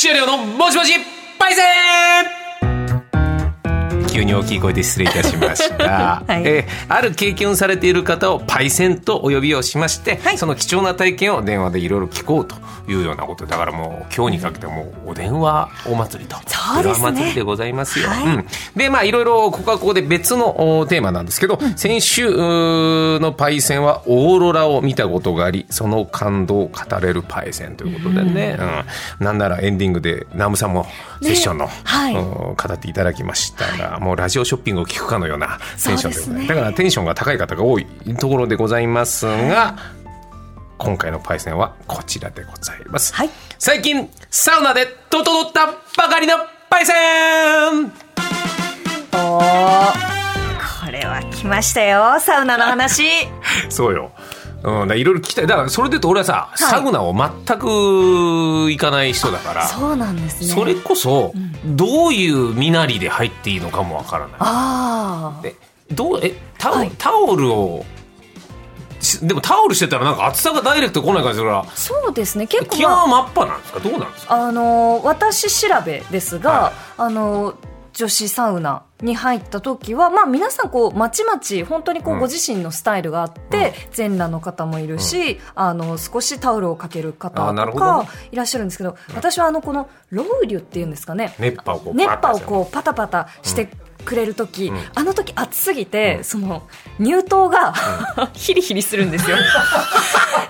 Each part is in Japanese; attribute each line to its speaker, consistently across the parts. Speaker 1: 給料のもしもしパイセン
Speaker 2: 急に大きい声で失礼いたしました、 はい、えー、ある経験をされている方をパイセンとお呼びをしまして、はい、その貴重な体験を電話でいろいろ聞こうというようなことだからもう今日にかけてもお電話お祭りと
Speaker 3: そうです、ね、
Speaker 2: 祭りでございますよ、はい、うん、でまあいろいろここはここで別のテーマなんですけど、うん、先週のパイセンはオーロラを見たことがありその感動を語れるパイセンということでね、うん、うん、なんならエンディングでナムさんもセッションの、ねはい、語っていただきましたが、はい、もうラジオショッピングを聞くかのようなテンションでございます、ね、だからテンションが高い方が多いところでございますが、今回のパイセンはこちらでございます、はい、最近サウナで整ったばかりのパイセン
Speaker 3: おこれは来ましたよサウナの話
Speaker 2: そうようん、いろいろ聞きたいだからそれで言うと俺はさ、はい、サウナを全く行かない人だから
Speaker 3: そうなんですね
Speaker 2: それこそ、どういう身なりで入っていいのかもわからないあでどうえタオ,はい、タオルをでもタオルしてたらなんか厚さがダイレクト来ない感じだから
Speaker 3: そうですね結構、
Speaker 2: まあ、気は真っ裸なんですかどうなんです
Speaker 3: かあの私調べですが、はい、あの女子サウナに入った時は、まあ、皆さんこうまちまち本当にこうご自身のスタイルがあって、全、うん、裸の方もいるし、うん、あの少しタオルをかける方とかいらっしゃるんですけど、ね、私はあのこのロウリュっていうんですかね
Speaker 2: 熱波をこう
Speaker 3: 熱波をこうパタパタして、くれる時、うん、あの時暑すぎて、その乳頭が ヒリヒリするんですよ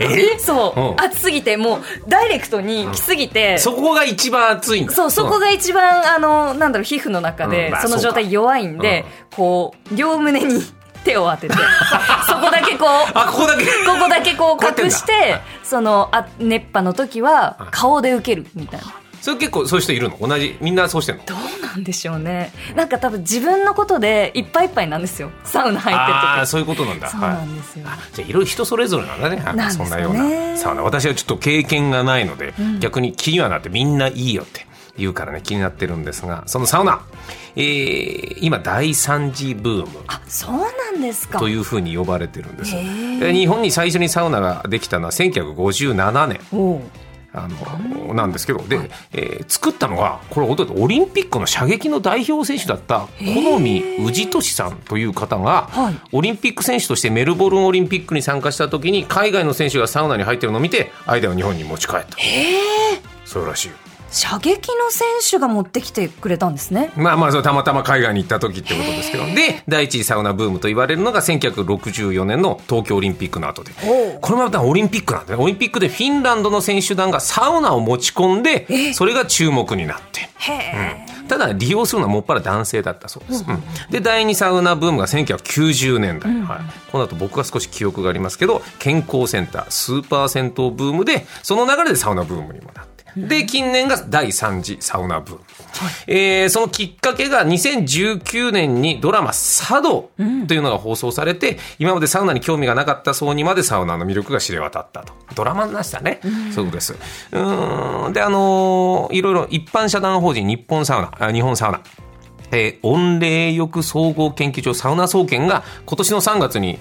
Speaker 3: え そう、暑すぎてもうダイレクトに来すぎて、
Speaker 2: そこが一番暑いんだ
Speaker 3: そうそこが一番、あのなんだろう皮膚の中で、その状態弱いんで、こう両胸に手を当てて そこだけこう
Speaker 2: あここだけ
Speaker 3: ここだけこう隠してそのあ熱波の時は顔で受けるみたいな。
Speaker 2: それ結構そういう人いるの同じみんなそうしてんの
Speaker 3: どうなんでしょうねなんか多分自分のことでいっぱいいっぱいなんですよサウナ入ってる時あ
Speaker 2: あそういうことなんだ
Speaker 3: そうなんですよ、はい、
Speaker 2: じゃあいろいろ人それぞれなんだねなんかそんなような、ね、サウナ私はちょっと経験がないので、うん、逆に気にはなってみんないいよって言うからね気になってるんですがそのサウナ、えー、今第3次ブーム
Speaker 3: あそうなんですか
Speaker 2: というふうに呼ばれてるんです日本に最初にサウナができたのは1957年あのなんですけどで、はい、えー、作ったのがこれオリンピックの射撃の代表選手だった好み氏俊さんという方が、はい、オリンピック選手としてメルボルンオリンピックに参加した時に海外の選手がサウナに入ってるのを見てアイデアを日本に持ち帰ったそうらしい
Speaker 3: 射撃の選手が持ってきてくれたんですね。
Speaker 2: まあまあ、それたまたま海外に行った時ってことですけど。で、第一次サウナブームと言われるのが1964年の東京オリンピックの後で。これまたオリンピックなんで、ね、オリンピックでフィンランドの選手団がサウナを持ち込んで、それが注目になって。うん、ただ、利用するのはもっぱら男性だったそうです。うん、で、第二サウナブームが1990年代。うん、はい、この後僕は少し記憶がありますけど、健康センター、スーパー銭湯ブームで、その流れでサウナブームにもなった。で、近年が第3次サウナブーム。はい、えー、そのきっかけが2019年にドラマ佐渡というのが放送されて、うん、今までサウナに興味がなかった層にまでサウナの魅力が知れ渡ったと。ドラマになしたね。うん、そういうことです。うん。で、あのー、いろいろ一般社団法人日本サウナ、日本サウナ。えー、温冷浴総合研究所サウナ総研が今年の3月に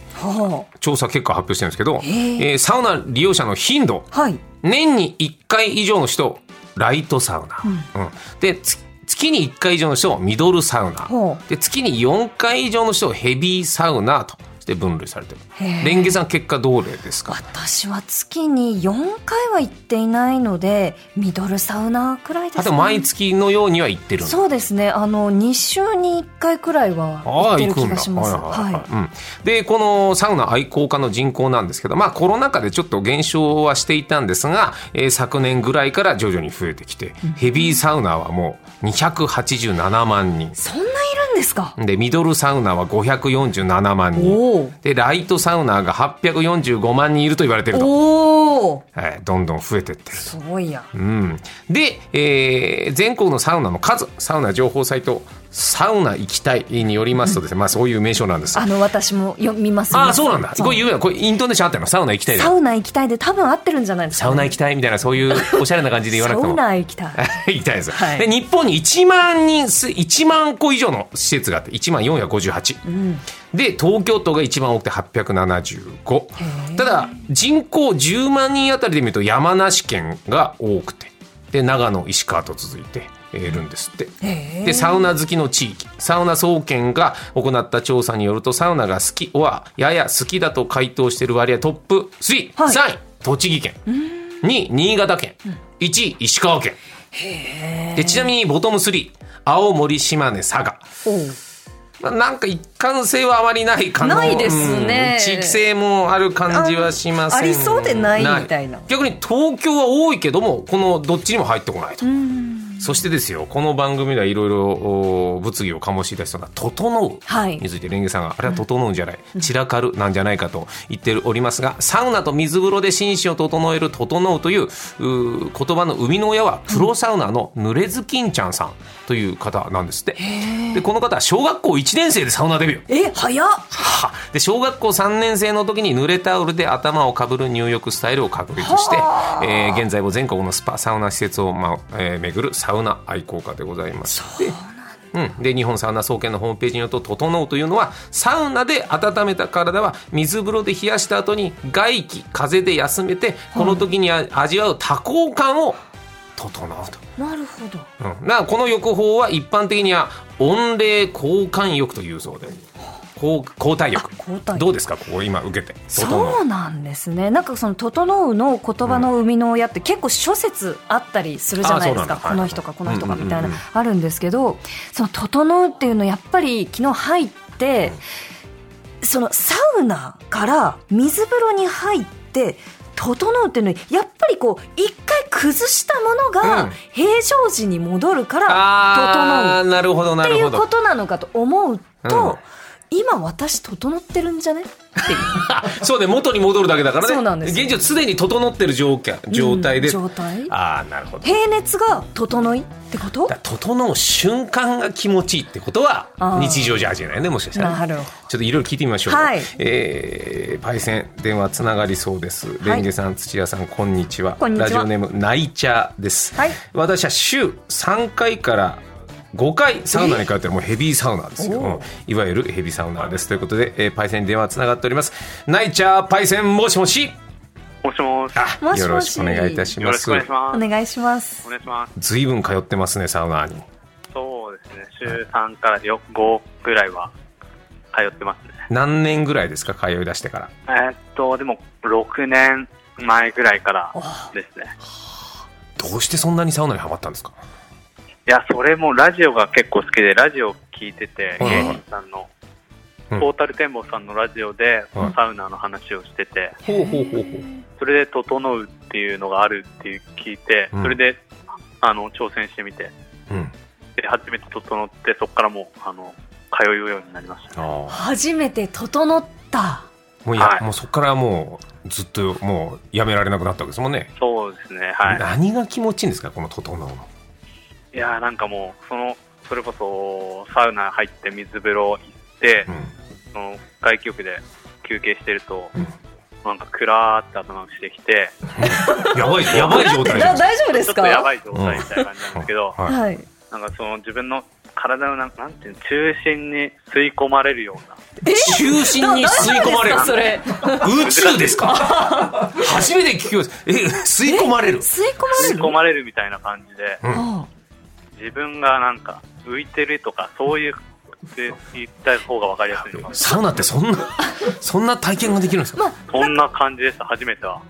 Speaker 2: 調査結果発表してるんですけど、はあ、えー、サウナ利用者の頻度、はい、年に1回以上の人ライトサウナ、うんうん、で月に1回以上の人ミドルサウナ、はあ、で月に4回以上の人ヘビーサウナと。して分類されてる。レンゲさん結果どれですか。
Speaker 3: 私は月に4回は行っていないので、ミドルサウナくらいです、ね。
Speaker 2: あと毎月のようには行ってる。。
Speaker 3: そうですね。あの2週に1回くらいは行ってる気がします。はい
Speaker 2: うん、でこのサウナ愛好家の人口なんですけど、まあコロナ禍でちょっと減少はしていたんですが、えー、昨年ぐらいから徐々に増えてきて、うん、ヘビーサウナはもう287万人。
Speaker 3: そんないるんですか。
Speaker 2: でミドルサウナは547万人。でライトサウナーが845万人いると言われてると、はい、どんどん増えてってる
Speaker 3: すごいや、
Speaker 2: うん、で、えー、全国のサウナの数サウナ情報サイトサウナ行きたいによりますとですね、まあそういう名称なんです。
Speaker 3: あの、私も読みます。
Speaker 2: あそうなんだ。これ言うやこれイントネーションあったのサウナ行きたい
Speaker 3: サウナ行きたいで多分合ってるんじゃないです
Speaker 2: か、ね、サウナ行きたいみたいな、そういうおしゃれな感じで言わなくても。
Speaker 3: サウナ行きたい。
Speaker 2: 行きたいです、はい、で、日本に1万人、1万個以上の施設があって、1万458。うん、で、東京都が一番多くて875。ただ、人口10万人あたりで見ると山梨県が多くて。で長野石川と続いてえーいるんですって。
Speaker 3: へ
Speaker 2: でサウナ好きの地域サウナ総研が行った調査によるとサウナが好きはやや好きだと回答している割合トップ3、
Speaker 3: はい
Speaker 2: 3位栃木県2位新潟県、1位石川県でちなみにボトム3青森島根佐賀
Speaker 3: おう
Speaker 2: まあなんか一貫性はあまりない感じ
Speaker 3: ないですね
Speaker 2: 地域性もある感じはしません
Speaker 3: あありそうでないみたいな
Speaker 2: 逆に東京は多いけどもこのどっちにも入ってこないとそしてですよこの番組ではいろいろお物議を醸し出したのは「整う」
Speaker 3: はい
Speaker 2: についてレンゲさんがあれは整うんじゃない、散らかるなんじゃないかと言っておりますがサウナと水風呂で心身を整える「整う」といううー言葉の生みの親はプロサウナの濡れずきんちゃんさんという方なんですって、でこの方は小学校1年生でサウナデビュー
Speaker 3: え早っ
Speaker 2: はで小学校3年生の時に濡れタオルで頭をかぶる入浴スタイルを確立して、えー現在も全国のスパサウナ施設を、まあえー巡るサウナ愛好家でございましてうん、で日本サウナ総研のホームページによると「整う」というのはサウナで温めた体は水風呂で冷やした後に外気風で休めてこの時にあ味わう多幸感を整うと。
Speaker 3: なるほど
Speaker 2: うん、なこの浴法は一般的には温冷交換浴というそうで交交代浴
Speaker 3: あ交代
Speaker 2: どうですかここ今受けて整
Speaker 3: そうなんですねなんかその「整う」の言葉の生みの親って結構諸説あったりするじゃないですか、
Speaker 2: あそうなんだ
Speaker 3: この人かこの人か
Speaker 2: うんうんうん
Speaker 3: みたいな、あるんですけどその「整う」っていうのやっぱり昨日入って、そのサウナから水風呂に入って整うっていうのにやっぱりこう一回崩したもの
Speaker 2: う
Speaker 3: が
Speaker 2: ん
Speaker 3: 平常時に戻るから整
Speaker 2: あ
Speaker 3: う
Speaker 2: ーなるほどな
Speaker 3: って
Speaker 2: る
Speaker 3: い
Speaker 2: ほ
Speaker 3: う こ
Speaker 2: ど
Speaker 3: となのかと思う
Speaker 2: うん
Speaker 3: と、今私整ってるんじゃねっていう。
Speaker 2: あそうね元に戻るだけだからね
Speaker 3: そうなんですよ
Speaker 2: 現状すでに整ってる状況状態で、
Speaker 3: うん状態
Speaker 2: ああなるほどだか
Speaker 3: 平熱が整いってこと
Speaker 2: ら整う瞬間が気持ちいいってことは
Speaker 3: あー
Speaker 2: 日常じゃ味わえないねもしかしたら
Speaker 3: なるほど
Speaker 2: ちょっといろいろ聞いてみましょうか。
Speaker 3: はい
Speaker 2: えーパイセン電話つながりそうです。レンゲさん、土屋さん、こんにちは。
Speaker 3: こんにちは
Speaker 2: ラジオネームナイチャーです。
Speaker 3: はい
Speaker 2: 私は週三回から5回サウナに通ってるもうヘビーサウナーですよ、うんいわゆるヘビーサウナーですということで、えーパイセンに電話つながっておりますナイチャーパイセンもしもし
Speaker 4: もしもし。
Speaker 2: あ
Speaker 3: もしもし
Speaker 2: よろしくお願いいたし
Speaker 4: よ
Speaker 2: ま
Speaker 4: ろし
Speaker 2: す
Speaker 4: くお願いし
Speaker 3: お
Speaker 4: ます。
Speaker 3: 願いします
Speaker 4: お願いします。
Speaker 2: ずいぶん通ってますねサウナーに
Speaker 4: そうですね。週3から4 5ぐらいは通ってますね。
Speaker 2: 何年ぐらいですか通い出してから
Speaker 4: えーっと、でも6年前ぐらいからですね。
Speaker 2: どうしてそんなにサウナにハマったんですか
Speaker 4: いや、それもラジオが結構好きで、ラジオ聞いて
Speaker 2: はい
Speaker 4: て、
Speaker 2: はい
Speaker 4: 芸人さんの、
Speaker 2: う
Speaker 4: ト
Speaker 2: ん
Speaker 4: ータルテンボスさんのラジオで、
Speaker 2: はい
Speaker 4: サウナの話をしてて、
Speaker 2: ほうほうほうほう
Speaker 4: それで整うっていうのがあるっていう聞いて、
Speaker 2: うん
Speaker 4: それで、あの、挑戦してみて、
Speaker 2: うん
Speaker 4: で、初めて整って、そこからもう、あの、通うようになりましたね。
Speaker 2: あー
Speaker 3: 初めて整った
Speaker 2: もういや、
Speaker 4: はい
Speaker 2: もうそこからもうずっともうやめられなくなったわけですもんね。
Speaker 4: そうですね、はい。
Speaker 2: 何が気持ちいいんですかこの整うの。
Speaker 4: いやーなんかもうそのそれこそサウナ入って水風呂行って、
Speaker 2: うん。
Speaker 4: その外気浴で休憩してると、
Speaker 2: うん
Speaker 4: なんかくらーって頭がしてきて
Speaker 2: やばいやばい状態じ
Speaker 3: だ
Speaker 2: ゃない
Speaker 3: 大丈夫で
Speaker 4: ちょ
Speaker 3: す
Speaker 4: っとや
Speaker 3: か
Speaker 4: ばい状態みたいな感じなんですけど、
Speaker 2: はい。
Speaker 3: はい
Speaker 4: なんかその自分の体のなんなんていうの中心に吸い込まれるような
Speaker 2: 中心に吸い込まれる。
Speaker 3: それ
Speaker 2: 宇宙ですか。初めて聞きます。え吸い込まれる。
Speaker 3: 吸い
Speaker 4: 吸い
Speaker 3: 込
Speaker 4: 込
Speaker 3: ま
Speaker 4: まれるみたいな感じで
Speaker 2: う
Speaker 3: れ
Speaker 2: ん
Speaker 3: る
Speaker 4: 自分がなんか浮いてるとかそういうって言った方が分かりやすいのかな
Speaker 2: サウナってそんなそんな体験ができるんですか。
Speaker 4: そんな感じでした初めては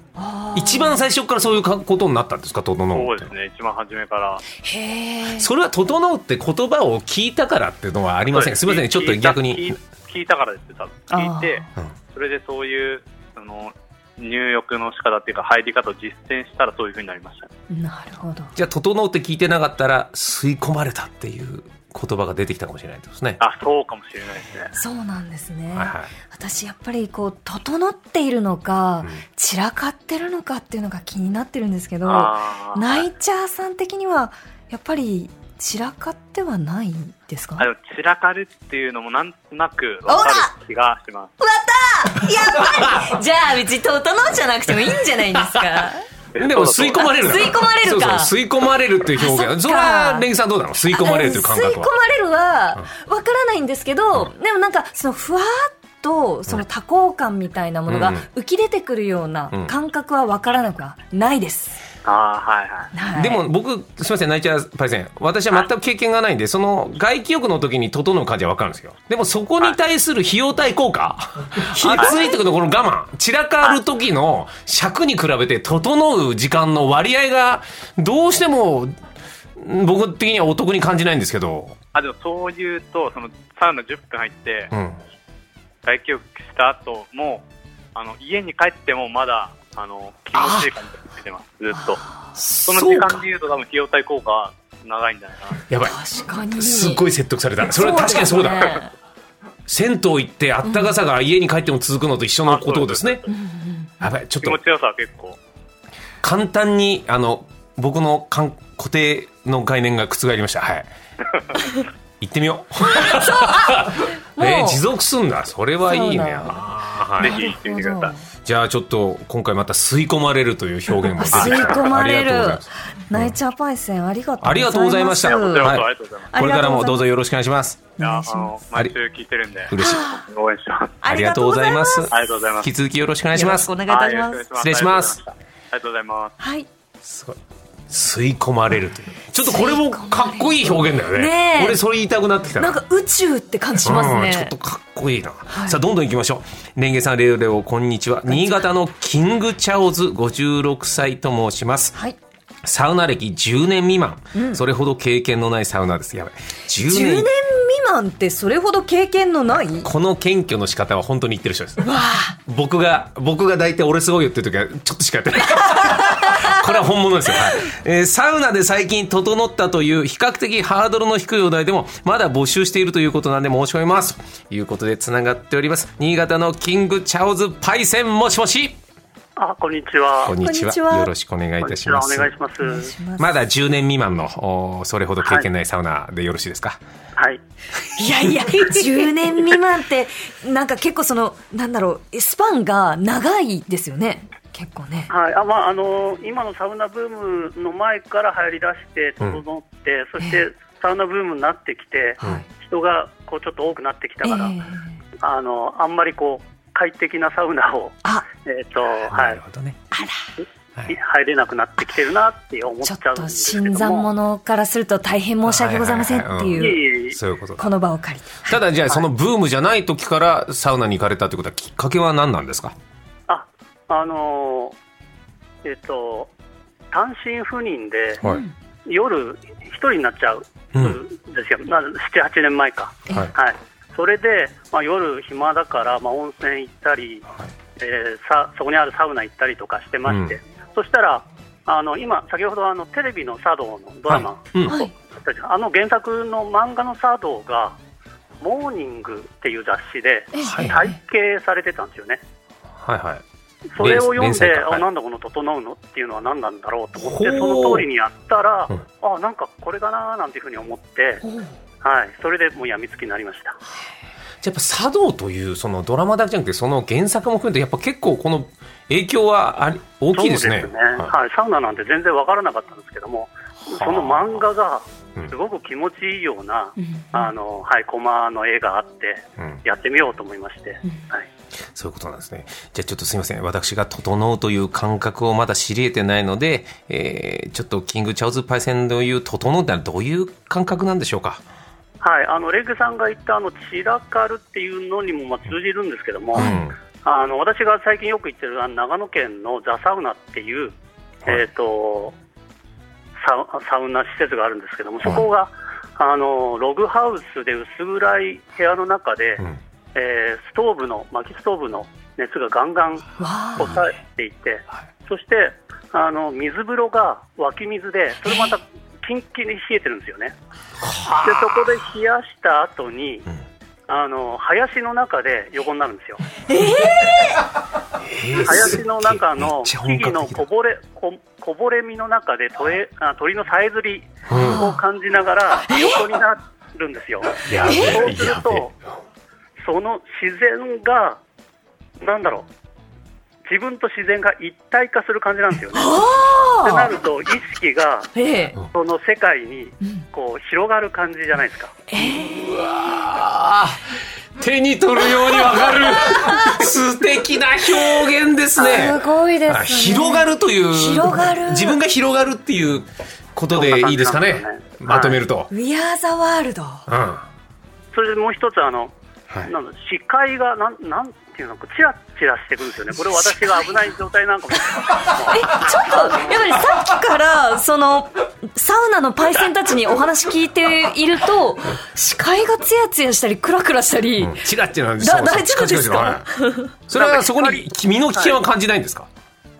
Speaker 2: 一番最初からそういうかことになったんですか整
Speaker 4: そう
Speaker 2: うっ
Speaker 4: です
Speaker 2: て。
Speaker 4: ね一番初めから
Speaker 3: へえ
Speaker 2: それは整うって言葉を聞いたからっていうのはありませんか。すみませんちょっと逆
Speaker 4: 聞い
Speaker 2: に。
Speaker 4: 聞いたからですよ多分聞いて
Speaker 2: あーうん
Speaker 4: それでそういうあの入浴の仕方っていうか入り方を実践したらそういうふうになりましたね
Speaker 3: なるほど
Speaker 2: じゃあ、整うって聞いてなかったら、吸い込まれたっていう言葉が出てきたかもしれないってことですね。
Speaker 4: あそうかもしれないですね
Speaker 3: そうなんですね、
Speaker 2: はいはい。
Speaker 3: 私やっぱりこう整っているのか、散らかってるのかっていうのが気になってるんですけど
Speaker 4: あー
Speaker 3: ナイチャーさん的にはやっぱり散らかってはないんですか
Speaker 4: あでも散らかるっていうのもなんとなくわかる気がします
Speaker 3: やっぱりじゃあ別に整うじゃなくてもいいんじゃないんです か
Speaker 2: でも吸い込まれるの
Speaker 3: 吸い込まれるか
Speaker 2: そうそう吸い込まれるっていう表
Speaker 3: あそっか
Speaker 2: 現それはレンギさんどうなの吸い込まれるという感
Speaker 3: 吸い込
Speaker 2: 覚は
Speaker 3: まれるはわからないんですけど、でもなんかそのふわーっとその多幸感みたいなもの
Speaker 2: う
Speaker 3: が
Speaker 2: ん
Speaker 3: 浮き出てくるような
Speaker 2: うん
Speaker 3: 感覚はわからなくはないです、
Speaker 4: ああ、はいはい。
Speaker 3: はい
Speaker 2: でも僕すみません泣いちゃうパイセン私は全く経験がないんでその外気浴の時に整う感じは分かるんですよでもそこに対する費用対効果暑 い時のこの我慢散らかる時の尺に比べて整う時間の割合がどうしてもうん僕的にはお得に感じないんですけど、
Speaker 4: あ、でもそういうと、そのサウナ10分入って、
Speaker 2: うん、
Speaker 4: 外気浴した後も、あの、家に帰ってもまだ、あの、気持ちいい感じがしてます、ずっと。その
Speaker 2: そ
Speaker 4: 時
Speaker 2: う
Speaker 4: 間
Speaker 2: か
Speaker 4: で言うと多分費用対効果は長いんじゃないかな。
Speaker 2: やばい
Speaker 3: 確かに
Speaker 2: すっごい説得されたそれは確かにそうだ
Speaker 3: ね
Speaker 2: 銭湯行ってあったかさが家に帰っても続くのと一緒のことですねやばいちょっ
Speaker 4: 気
Speaker 2: と
Speaker 4: 持ちよさは結構。
Speaker 2: 簡単にあの僕のかん固定の概念が覆りましたはい行ってみよう
Speaker 3: もう
Speaker 2: えー持続すんだそれはいいね
Speaker 3: そうだよ
Speaker 2: あーは
Speaker 4: ぜ
Speaker 2: い
Speaker 4: ひ行ってみてください。
Speaker 2: じゃあちょっと今回また吸い込まれるという表現 も
Speaker 3: 吸い込まれ
Speaker 2: ありがとうご
Speaker 3: る
Speaker 2: ざいます
Speaker 3: ナイチャーパイセンありがとう
Speaker 2: ありがとうございました
Speaker 4: いや、こちらこ
Speaker 2: は
Speaker 4: そ
Speaker 2: い
Speaker 4: ありがとうご
Speaker 2: こ
Speaker 4: ざいます。
Speaker 2: れからもどうぞよろしくお願いします
Speaker 3: お
Speaker 4: いや
Speaker 3: 願
Speaker 4: あ
Speaker 3: いしま
Speaker 4: の
Speaker 3: す、
Speaker 4: 毎週聞いてるんで、
Speaker 2: 嬉しい
Speaker 4: 応援します。
Speaker 2: ありがとうございます
Speaker 4: ありがとうございま
Speaker 2: 引き
Speaker 4: す。
Speaker 2: 続きよろしくお願いします
Speaker 3: よろしくお願いいたし
Speaker 4: は
Speaker 3: ま
Speaker 4: よろ
Speaker 3: す
Speaker 4: くお
Speaker 2: 失
Speaker 4: 願
Speaker 2: 礼
Speaker 4: い
Speaker 2: します
Speaker 4: ありがとうございま
Speaker 3: はい
Speaker 2: すごい吸い込まれるというちょっとこれもかっこいい表現だよね
Speaker 3: ねえ
Speaker 2: 俺それ言いたくなってきた
Speaker 3: なんか宇宙って感じします
Speaker 2: うん
Speaker 3: ね
Speaker 2: ちょっとかっこいいな、
Speaker 3: い
Speaker 2: さあどんどん行きましょうレンゲさんレオレオこんにちは新潟のキングチャオズ56歳と申します
Speaker 3: はい
Speaker 2: サウナ歴10年未満、それほど経験のないサウナですやばい10
Speaker 3: 10
Speaker 2: 年
Speaker 3: 年未満ってそれほど経験のない
Speaker 2: この謙虚の仕方は本当に言ってる人です僕が僕が大体俺すごいよっていう時はちょっとしかやってない これは本物ですよ、はいえーサウナで最近整ったという比較的ハードルの低いお題でもまだ募集しているということなんで申し込みますということでつながっております新潟のキングチャオズパイセンもしもし
Speaker 4: す。あ、こんにちは
Speaker 2: こんにち
Speaker 3: こん
Speaker 2: は
Speaker 3: にちは
Speaker 2: よろしくお願いいたします
Speaker 4: します。
Speaker 2: まだ10年未満のおそれほど経験ないサウナでよろしいですか、
Speaker 4: はい。
Speaker 3: いやいや10年未満って なんか結構そのなんだろうスパンが長いですよね結構ね
Speaker 5: はいあまああの今のサウナブームの前から流行り出して整って、そし
Speaker 3: え
Speaker 5: てサウナブームになってきて、
Speaker 2: はい
Speaker 5: 人がこうちょっと多くなってきた
Speaker 3: え
Speaker 5: から、
Speaker 3: え
Speaker 5: あのあんまりこう快適なサウナを、
Speaker 3: あ
Speaker 5: えーと
Speaker 2: な
Speaker 5: は
Speaker 2: るほどね
Speaker 5: い、入れなくなってきてるなって思っち
Speaker 3: ちょっ
Speaker 5: ゃうん
Speaker 3: と
Speaker 5: ですけ
Speaker 3: 新
Speaker 5: ど
Speaker 3: 参
Speaker 5: も。
Speaker 3: 者からすると大変申し訳ございませんって
Speaker 5: いえ
Speaker 3: いう
Speaker 5: いえいえ
Speaker 2: そういうことだ
Speaker 3: この場を借りて
Speaker 2: ただじゃあそのブームじゃない時からサウナに行かれたってことはきっかけは何なんですか
Speaker 5: ああのえっ、と単身赴任で
Speaker 2: はい、
Speaker 5: 夜一人になっちゃう
Speaker 2: うん
Speaker 5: んですよ、まあ7、8年前か、
Speaker 2: はい
Speaker 5: はい、それで、まあ、夜暇だから、まあ、温泉行ったり、
Speaker 2: はい
Speaker 5: えーさそこにあるサウナ行ったりとかしてまして、
Speaker 2: うん
Speaker 5: そしたらあの今先ほどあのテレビの茶道のドラマ、
Speaker 2: うん
Speaker 3: はい
Speaker 5: あの原作の漫画の茶道が「モーニング」っていう雑誌で
Speaker 3: ええ
Speaker 2: はい
Speaker 5: 体系されてたんですよね。
Speaker 2: はいはい
Speaker 5: それを読ん
Speaker 2: 連載
Speaker 5: で、
Speaker 2: かはい
Speaker 5: あなんだこの「整うの」っていうのは何なんだろうと思っ
Speaker 2: ほ
Speaker 5: て
Speaker 2: う
Speaker 5: その通りにやったら、
Speaker 2: うん
Speaker 5: あなんかこれだなーなんていうふうに思って、はい、それでもうやみつきになりました。
Speaker 2: じゃあやっぱ茶道というそのドラマだけじゃなくてその原作も含めてやっぱ結構この影響はあり大きいですね
Speaker 5: そうですね、
Speaker 2: は
Speaker 5: はい、サウナなんて全然わからなかったんですけども、その漫画が
Speaker 2: うん
Speaker 5: すごく気持ちいいような、
Speaker 3: うん
Speaker 5: あのはい、コマの絵があって、
Speaker 2: いうん、
Speaker 5: やってみようと思いまして、はい、
Speaker 2: そういうことなんですねじゃあちょっとすいません私が「整う」という感覚をまだ知り得てないので、えーちょっとキング・チャオズ・パイセンの言う「整う」ってのはどういう感覚なんでしょうか
Speaker 5: はい、あのレッグさんが言ったあの散らかるっていうのにもまあ通じるんですけども、
Speaker 2: うん
Speaker 5: あの私が最近よく行ってるあの長野県のザ・サウナっていう、
Speaker 2: はい
Speaker 5: えー、とサウサウナ施設があるんですけども、そこが、あのログハウスで薄暗い部屋の中で、
Speaker 2: うん
Speaker 5: えーストーブの薪ストーブの熱がガンガン
Speaker 3: わあ
Speaker 5: 抑えていて、
Speaker 2: はい
Speaker 5: そしてあの水風呂が湧き水で、それまたキンキンに冷えてるんですよね。でそこで冷やした後に、
Speaker 2: ん
Speaker 5: あの林の中で横になるんですよ。
Speaker 2: えー
Speaker 5: 林の中
Speaker 2: めっ
Speaker 5: の
Speaker 2: ち
Speaker 5: 木
Speaker 2: ゃ本
Speaker 5: 々
Speaker 2: 格
Speaker 5: の
Speaker 2: 的だ
Speaker 5: こぼれここぼれ実の中で鳥あ鳥のさえずり
Speaker 2: うん
Speaker 5: を感じながら横になるんですよ。
Speaker 2: やべえ
Speaker 5: そうする
Speaker 2: やべえ
Speaker 5: と、その自然が、なんだろう、自分と自然が一体化する感じなんですよね。ってなると、意識が
Speaker 3: ええ
Speaker 5: その世界にこう広がる感じじゃないですか。
Speaker 2: ああ手に取るようにわかる素敵な表現ですね
Speaker 3: すごいですね
Speaker 2: あ広がるという
Speaker 3: 広がる
Speaker 2: 自分が広がるっていうことでいいですかね
Speaker 5: そんな感じなんですよね
Speaker 2: まとめると、
Speaker 3: We are the world。
Speaker 2: うん
Speaker 5: それでもう一つあの、
Speaker 2: はい
Speaker 5: なんだ視界がなんなんていうのかチラチラしてくるんですよねこれ私が危ない状態なんかも
Speaker 3: え、ちょっと、やっぱりさっきから、その、サウナのパイセンたちにお話聞いていると、視界がツヤツヤしたり、クラクラしたり、
Speaker 2: うんチラッチラ
Speaker 3: だ大丈夫ですか
Speaker 2: はいそれはそこに身の危険は感じないんですか、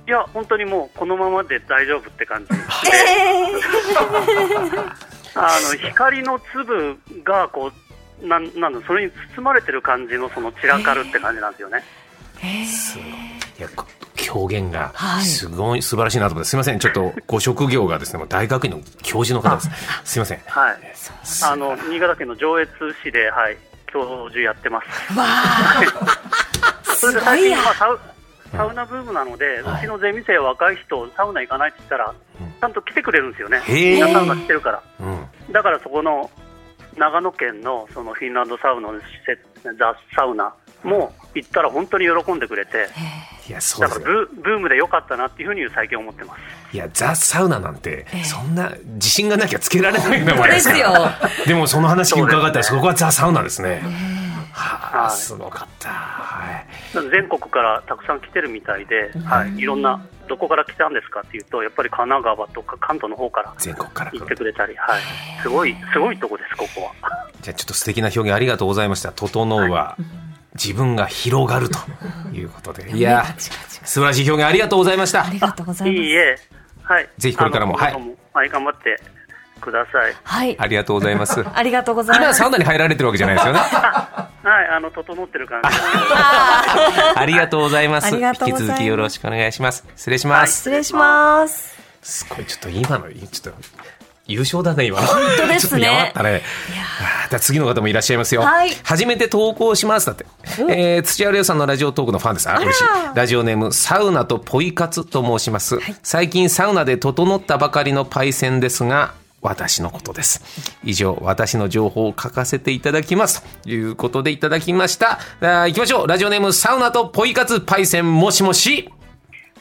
Speaker 5: いや本当にもうこのままで大丈夫って感じ
Speaker 3: えー
Speaker 5: あの光の粒がこうなんなんだそれに包まれてる感じのその散らかるって感じなんですよね。
Speaker 2: いやこ表現が
Speaker 3: はい
Speaker 2: すごい素晴らしいなと思って、すみませんちょっとご職業がですねもう大学院の教授の方ですすみません
Speaker 5: はい。あの新潟県の上越市ではい教授やってます。
Speaker 3: わあ、
Speaker 5: そ
Speaker 3: す
Speaker 5: れで
Speaker 3: ご
Speaker 5: 最
Speaker 3: い
Speaker 5: 近
Speaker 3: や。
Speaker 5: まあサウサウナブームなので、うちのゼミ生若い人サウナ行かないって言ったらちゃんと来てくれるんですよね。
Speaker 2: へ
Speaker 5: みん
Speaker 2: ー
Speaker 5: なサウナしてるから。
Speaker 2: うん
Speaker 5: だからそこの長野県のそのフィンランドサウナの施設ザサウナも行ったら本当に喜んでくれて。
Speaker 2: いやそう
Speaker 5: だ
Speaker 2: で
Speaker 5: か
Speaker 2: す
Speaker 5: ら
Speaker 2: ね
Speaker 5: ブブームで良かったなっていうふうに最近思ってます。
Speaker 2: いやザ・サウナなんて
Speaker 3: ええ
Speaker 2: そんな自信がなきゃつけられない名
Speaker 3: そう
Speaker 2: 前
Speaker 3: ですよ。
Speaker 2: でもその話伺ったらそこはザ・サウナですねは
Speaker 5: は
Speaker 2: あ
Speaker 5: い
Speaker 2: すごかったはい
Speaker 5: 全国からたくさん来てるみたいで、はい、いろんな、どこから来たんですかっていうと、やっぱり神奈川とか関東の方から
Speaker 2: 全国から来
Speaker 5: 行っ
Speaker 2: る
Speaker 5: てくれたり、はい、すごい、すごいとこです、ここは。
Speaker 2: じゃあちょっと素敵な表現ありがとうございました「整うは自分が広がる」ということでいや
Speaker 3: カチカチ
Speaker 2: 素晴らしい表現ありがとうございました
Speaker 3: ありがとうござ
Speaker 5: い
Speaker 3: いま
Speaker 5: い
Speaker 3: す。
Speaker 5: え、はい、
Speaker 2: ぜひこれからも
Speaker 5: あの
Speaker 2: はい
Speaker 5: はい、頑張ってください。
Speaker 3: はい。
Speaker 2: ありがとうございます
Speaker 3: ありがとうござい
Speaker 2: 今
Speaker 3: ます
Speaker 2: サ。ウナに入られてるわけじゃないで すよね
Speaker 5: はい、あの、整ってる感じですけど
Speaker 2: ありがとうございます
Speaker 3: ありがとう
Speaker 2: 引
Speaker 3: ご
Speaker 2: き
Speaker 3: ざいます
Speaker 2: 続きよろしくお願いします失礼します、
Speaker 3: 失礼します。
Speaker 2: すごいちょっと今のちょっと優勝だね今本
Speaker 3: 当ですね
Speaker 2: ちょっとやばかったねあーじゃあ次の方もいらっしゃいますよ、
Speaker 3: はい
Speaker 2: 初めて投稿しますだって、えー、土屋レオさんのラジオトークのファンですあ嬉しいラジオネームサウナとポイ活と申します、最近サウナで整ったばかりのパイセンですが私のことです以上私の情報を書かせていただきますということでいただきましたあー行きましょうラジオネームサウナとポイ活パイセンもしもし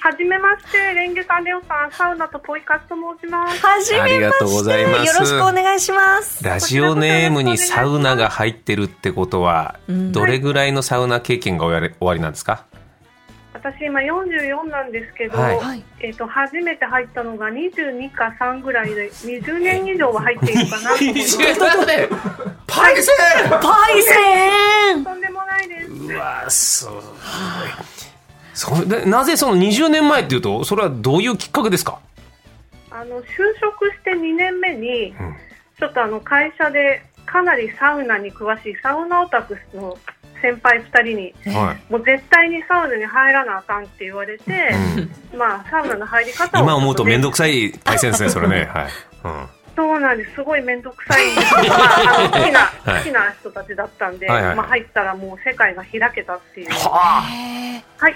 Speaker 6: はじめまして、レンゲさん、レオさん、サウナとポイ活と申します。
Speaker 3: はじめまして。
Speaker 2: ありがとうございます
Speaker 3: よろしくお願いします。
Speaker 2: ラジオネームにサウナが入ってるってことは、どれぐらいのサウナ経験がおやりおありなんですか、
Speaker 6: 私、今44なんですけど、
Speaker 2: はい
Speaker 3: はい
Speaker 6: えっ、と、初めて入ったのが22か3ぐらいで、20年以上は入っているかなと 思います。
Speaker 2: パイセ
Speaker 3: パイセン
Speaker 6: とんでもないです。
Speaker 2: ンうわすごいそでなぜその20年前っていうとそれはどういうきっかけですか
Speaker 6: あの、就職して2年目に、
Speaker 2: ん
Speaker 6: ちょっとあの、会社でかなりサウナに詳しいサウナオタクの先輩2人に、
Speaker 2: はい、
Speaker 6: もう絶対にサウナに入らなあかんって言われて、まあ、サウナの入り方を
Speaker 2: 今思うと面倒く
Speaker 6: い。
Speaker 2: さいパイセンですねそれ ねはい、うん
Speaker 6: そうなんです。すごい面倒くさいんですけど、まあ、あの好きな、
Speaker 2: はい
Speaker 6: 好きな人たちだったんで、
Speaker 2: はいはい
Speaker 6: まあ、入ったらもう世界が開けたっていう。
Speaker 2: はあ
Speaker 6: はい。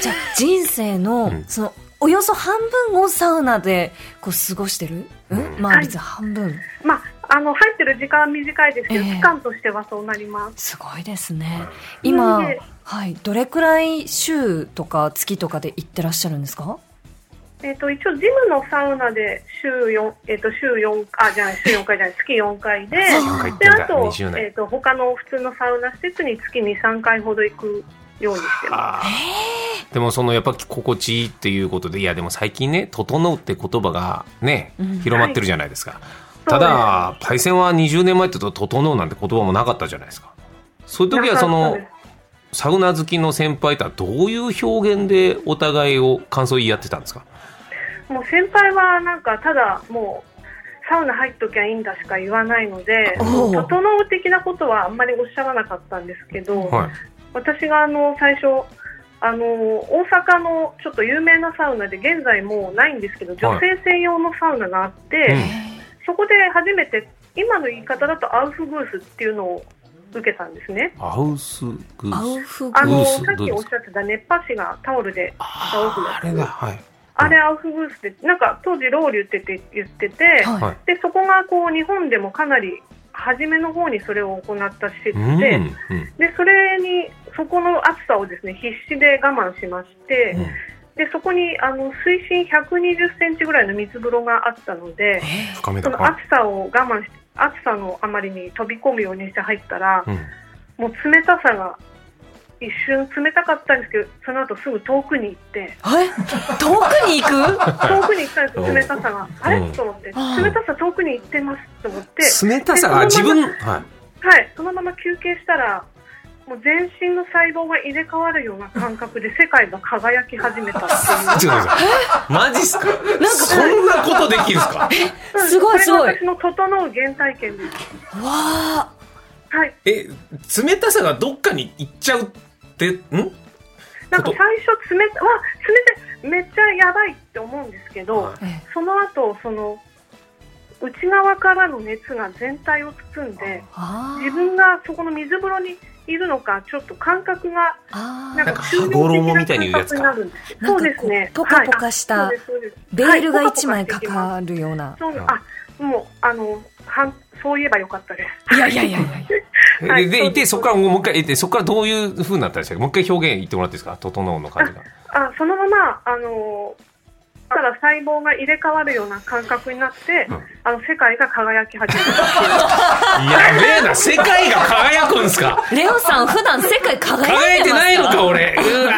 Speaker 3: じゃあ人生
Speaker 2: う
Speaker 3: の
Speaker 2: ん
Speaker 3: そのおよそ半分をサウナでこう過ごしてる、うん
Speaker 2: うん
Speaker 3: まあ別に半分
Speaker 6: まあ、あの、入ってる時間は短いですけど、
Speaker 3: ええ
Speaker 6: 期間としてはそうなります。
Speaker 3: すごいですね
Speaker 6: う
Speaker 3: 今
Speaker 6: んで
Speaker 3: はいどれくらい週とか月とかで行ってらっしゃるんですか
Speaker 6: えっ、と、一応、ジムのサウナで週四えっ、と、週四あ、じゃない、週四回 じゃない、月四回で、
Speaker 2: なんか言って
Speaker 6: で、
Speaker 2: ん
Speaker 6: あ
Speaker 2: だ
Speaker 6: と
Speaker 2: 20、
Speaker 6: えっ、
Speaker 2: 年
Speaker 6: と、他の普通のサウナ施設に月二三回ほど行くようにして
Speaker 2: あ
Speaker 6: ます。
Speaker 2: ーでもそのやっぱ心地いいっていうことでいやでも最近ね「整う」って言葉がね
Speaker 3: うん
Speaker 2: 広まってるじゃないですか、
Speaker 6: そ
Speaker 2: た
Speaker 6: う
Speaker 2: だ、パイセンは20年前って言うと、整うなんて言葉もなかったじゃないですか。そういう時は、そ
Speaker 6: なか
Speaker 2: の
Speaker 6: ったで、
Speaker 2: サウナ好きの先輩とはどういう表現でお互いを感想言い合ってたんですか
Speaker 6: すもう先輩はなんかただもうサウナ入っときゃいいんだしか言わないので
Speaker 3: おう
Speaker 6: 整う的なことはあんまりおっしゃらなかったんですけど、
Speaker 2: はい。
Speaker 6: 私があの最初あの大阪のちょっと有名なサウナで現在もうないんですけど女性専用のサウナがあって、そこで初めて今の言い方だとアウフグースっていうのを受けたんですね。
Speaker 2: うん。アウスグ
Speaker 3: ア
Speaker 2: ー
Speaker 3: ウ
Speaker 2: ス。
Speaker 3: フグ
Speaker 6: あ
Speaker 2: グー
Speaker 6: の
Speaker 2: ス
Speaker 6: さっ
Speaker 2: どうで
Speaker 6: き
Speaker 2: す
Speaker 6: おっしゃってた熱波師がタオルでタオフの
Speaker 2: あれが、はい。
Speaker 6: あれアウフグースでなんか当時ロウリュって言ってて、
Speaker 3: はい
Speaker 2: はい
Speaker 6: でそこがこう日本でもかなり初めの方にそれを行った施設
Speaker 2: うんうん
Speaker 6: で、でそれにそこの暑さをですね必死で我慢しまして、
Speaker 2: うん
Speaker 6: でそこにあの水深120センチぐらいの水風呂があったので、
Speaker 2: 深め
Speaker 6: そ
Speaker 2: だ
Speaker 6: の暑さを我慢して暑さのあまりに飛び込むようにして入ったら、
Speaker 2: うん
Speaker 6: もう冷たさが一瞬冷たかったんですけどその後すぐ遠くに行って
Speaker 3: え遠くに行く
Speaker 6: 遠くに行ったんですよ冷たさがあ
Speaker 2: う
Speaker 6: れ
Speaker 2: ん
Speaker 6: と思って
Speaker 3: あー
Speaker 6: 冷たさ遠くに行ってますと思って
Speaker 2: 冷たさが
Speaker 6: で
Speaker 2: 自
Speaker 6: そのま
Speaker 2: 分
Speaker 6: ま
Speaker 2: はい
Speaker 6: はい、そのまま休憩したら、もう全身の細胞が入れ替わるような感 覚で世界が輝き始めたっていう。
Speaker 2: ちょっと待ってくださいマジっすかなんかそんなことできるんすか
Speaker 3: すごいすごい
Speaker 6: これが私の整う原体験です。
Speaker 3: わ
Speaker 6: はい。
Speaker 2: え冷たさがどっかに行っちゃうってん
Speaker 6: なんか最初冷た、わ、冷たい、めっちゃやばいって思うんですけど、
Speaker 2: はい
Speaker 3: ーえ
Speaker 6: その後、その、内側からの熱が全体を包んで、
Speaker 3: あ
Speaker 6: 自分がそこの水風呂にいるのか、ちょっと感覚が、
Speaker 3: あー
Speaker 6: なんか、
Speaker 2: なんか羽衣みたいに言うやつか
Speaker 6: になるんです
Speaker 3: なん
Speaker 6: そう
Speaker 3: か
Speaker 6: です
Speaker 3: こ
Speaker 6: ね
Speaker 3: う。ポカポカし
Speaker 6: は
Speaker 3: た
Speaker 6: いあそうですそうです
Speaker 3: ベールが
Speaker 6: はい
Speaker 3: 一枚か
Speaker 6: ポカポカ
Speaker 3: かるような
Speaker 6: そ
Speaker 2: は
Speaker 6: う、
Speaker 2: い
Speaker 6: あ、もう、あの、はん、そういえばよかったです。
Speaker 3: いやいやいやいや
Speaker 6: は
Speaker 2: え
Speaker 6: い
Speaker 2: でいてそう
Speaker 6: そです
Speaker 2: こからもう一回えでそこからどういう風になったんですかもう一回表現言ってもらっていいですか整うの感じが
Speaker 6: あ、そのまま、あの、だから細胞が入れ替わるような感覚になって、
Speaker 2: うん
Speaker 6: あの、世界が輝き始めた。
Speaker 2: やべえな世界が輝くんすか
Speaker 3: レオさん普段世界輝
Speaker 2: 輝
Speaker 3: い
Speaker 2: い
Speaker 3: て
Speaker 2: て
Speaker 3: ます
Speaker 2: ないのか俺うわ
Speaker 6: 世界が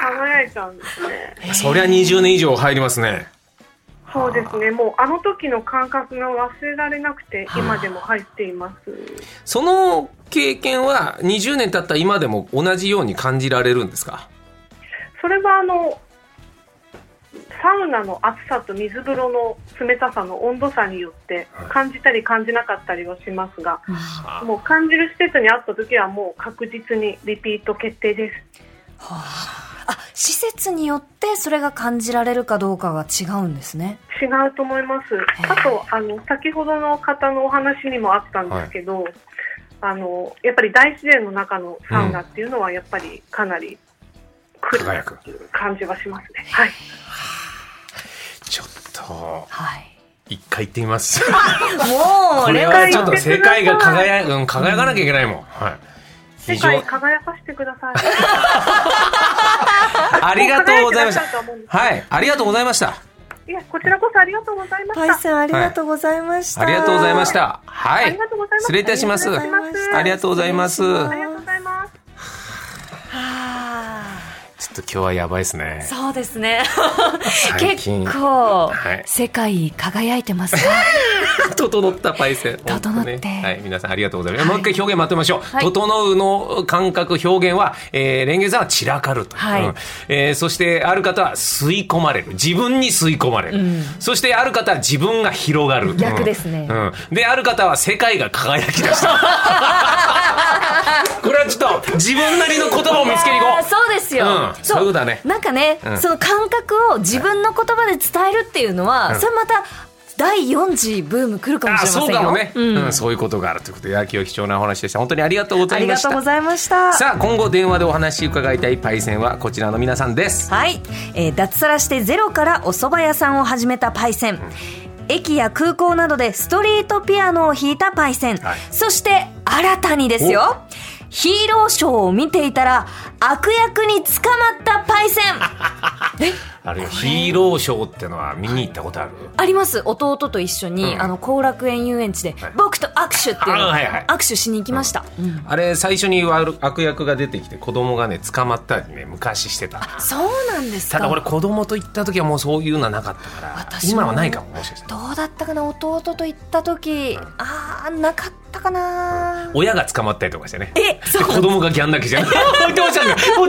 Speaker 6: 輝いたんです ね。
Speaker 2: ーそりゃ20年以上入りますね
Speaker 6: そうですね。もう、あの時の感覚が忘れられなくて、今でも入っています。
Speaker 2: その経験は20年経った今でも同じように感じられるんですか
Speaker 6: それは、あの、サウナの暑さと水風呂の冷たさの温度差によって感じたり感じなかったりはしますが、もう感じる施設にあった時はもう確実にリピート決定です。
Speaker 3: あ施設によってそれが感じられるかどうかが違うんですね
Speaker 6: 違うと思います。あと、あの、先ほどの方のお話にもあったんですけど、あの、やっぱり大自然の中のサウナっていうのはやっぱりかなり来
Speaker 2: 輝
Speaker 6: る
Speaker 2: く
Speaker 6: 感じはしますね。はい。
Speaker 2: ちょっと
Speaker 3: はい
Speaker 2: 一回行ってみ ます
Speaker 3: も
Speaker 2: こ
Speaker 3: う
Speaker 2: れ
Speaker 3: レ
Speaker 2: はちょっと世界が輝く、うん、輝かなきゃいけないもん。はい。
Speaker 6: 世界に輝かせてください。
Speaker 2: ありがとうございました。
Speaker 6: 輝いてらっゃると思うんです
Speaker 2: はい、ありがとうございました。
Speaker 6: いや、こちらこそありがとうございま
Speaker 3: パ
Speaker 6: した
Speaker 3: イ。センありがとうございました、
Speaker 2: ありがとうございました。は
Speaker 6: あり
Speaker 2: い
Speaker 6: が。とうございます。
Speaker 2: 失礼いたします
Speaker 6: ありがとうございます
Speaker 2: ありがとうございます
Speaker 6: ありがとうございます。
Speaker 3: は
Speaker 2: ちょっと今日はやばいですね
Speaker 3: あ。そうですね
Speaker 2: 最
Speaker 3: 結
Speaker 2: 近、
Speaker 3: 構、
Speaker 2: はい
Speaker 3: 世界輝いてますね
Speaker 2: 整ったパイセン。
Speaker 3: 整って
Speaker 2: 本当ねはい、皆さんありがとうございます。もう一回表現待ってみましょう。
Speaker 3: い
Speaker 2: 整うの感覚、表現は、えー、レンゲさんは散らかるという。
Speaker 3: はい
Speaker 2: うんえーそして、ある方は吸い込まれる。自分に吸い込まれる。そして、ある方は自分が広がる。
Speaker 3: 逆ですね
Speaker 2: うん、である方は世界が輝きだしたこれはちょっと自分なりの言葉を見つけに行
Speaker 3: いやー
Speaker 2: こう
Speaker 3: そうですよ、
Speaker 2: うんそうだね
Speaker 3: なんかね、
Speaker 2: ん
Speaker 3: その感覚を自分の言葉で伝えるっていうのは、
Speaker 2: ん
Speaker 3: それまた第4次ブーム来るかもし
Speaker 2: あ
Speaker 3: れませんよ
Speaker 2: そうかもね、
Speaker 3: うん
Speaker 2: うんそういうことがあるということで野球貴重なお話でした本当にありがとうござ
Speaker 3: あ
Speaker 2: い
Speaker 3: り
Speaker 2: ま
Speaker 3: が
Speaker 2: した
Speaker 3: とうございました
Speaker 2: さあ今後電話でお話伺いたいパイセンはこちらの皆さんです
Speaker 3: はい、えー脱サラしてゼロからお蕎麦屋さんを始めたパイセン、駅や空港などでストリートピアノを弾いたパイセン、
Speaker 2: はい
Speaker 3: そして新たにですよヒーローショーを見ていたら悪役に捕まったパイ セン
Speaker 2: あるいはヒーローショーってのは見に行ったことある
Speaker 3: あります弟と一緒に、
Speaker 2: うん
Speaker 3: あの後楽園遊園地で、
Speaker 2: はい
Speaker 3: 僕と握手っていうのを
Speaker 2: あはいはい
Speaker 3: 握手しに行きました、うん
Speaker 2: あれ最初に悪悪役が出てきて子供がね捕まったりね昔してた
Speaker 3: そうなんですか
Speaker 2: ただ俺子供と行った時はもうそういうのはなかったから
Speaker 3: 私も
Speaker 2: 今はないかももしかしたら
Speaker 3: どうだったかな弟と行った時ああなかったかな、
Speaker 2: 親が捕まったりとかしてね。
Speaker 3: えそう
Speaker 2: で子供がギャン泣き じゃん。お父さんが、お父さんが捕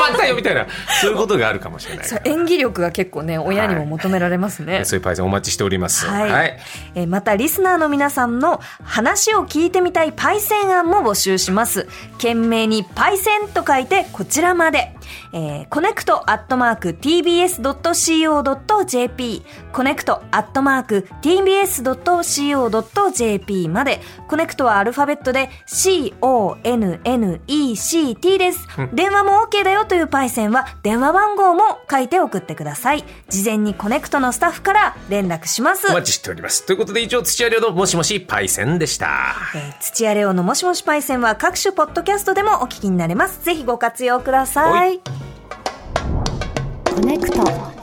Speaker 2: まったよみたいな、そういうことがあるかもしれない
Speaker 3: そう
Speaker 2: から。
Speaker 3: 演技力が結構ね親にも求められますね。
Speaker 2: そういうパイセンお待ちしております。
Speaker 3: はい、
Speaker 2: はい。
Speaker 3: えーまたリスナーの皆さんの話を聞いてみたいパイセン案も募集します。懸命にパイセンと書いてこちらまで。えー、コネクトアットマーク tbs.co.jp コネクトアットマーク tbs.co.jp までコネクトはアルファベットで connect です、電話も OK だよというパイセンは電話番号も書いて送ってください事前にコネクトのスタッフから連絡します
Speaker 2: お待ちしております。ということで、以上、土屋良のもしもしパイセンでした。
Speaker 3: えー土屋レオのもしもしパイセンは各種ポッドキャストでもお聞きになれます。ぜひご活用くださ。
Speaker 2: はい
Speaker 7: コネクト。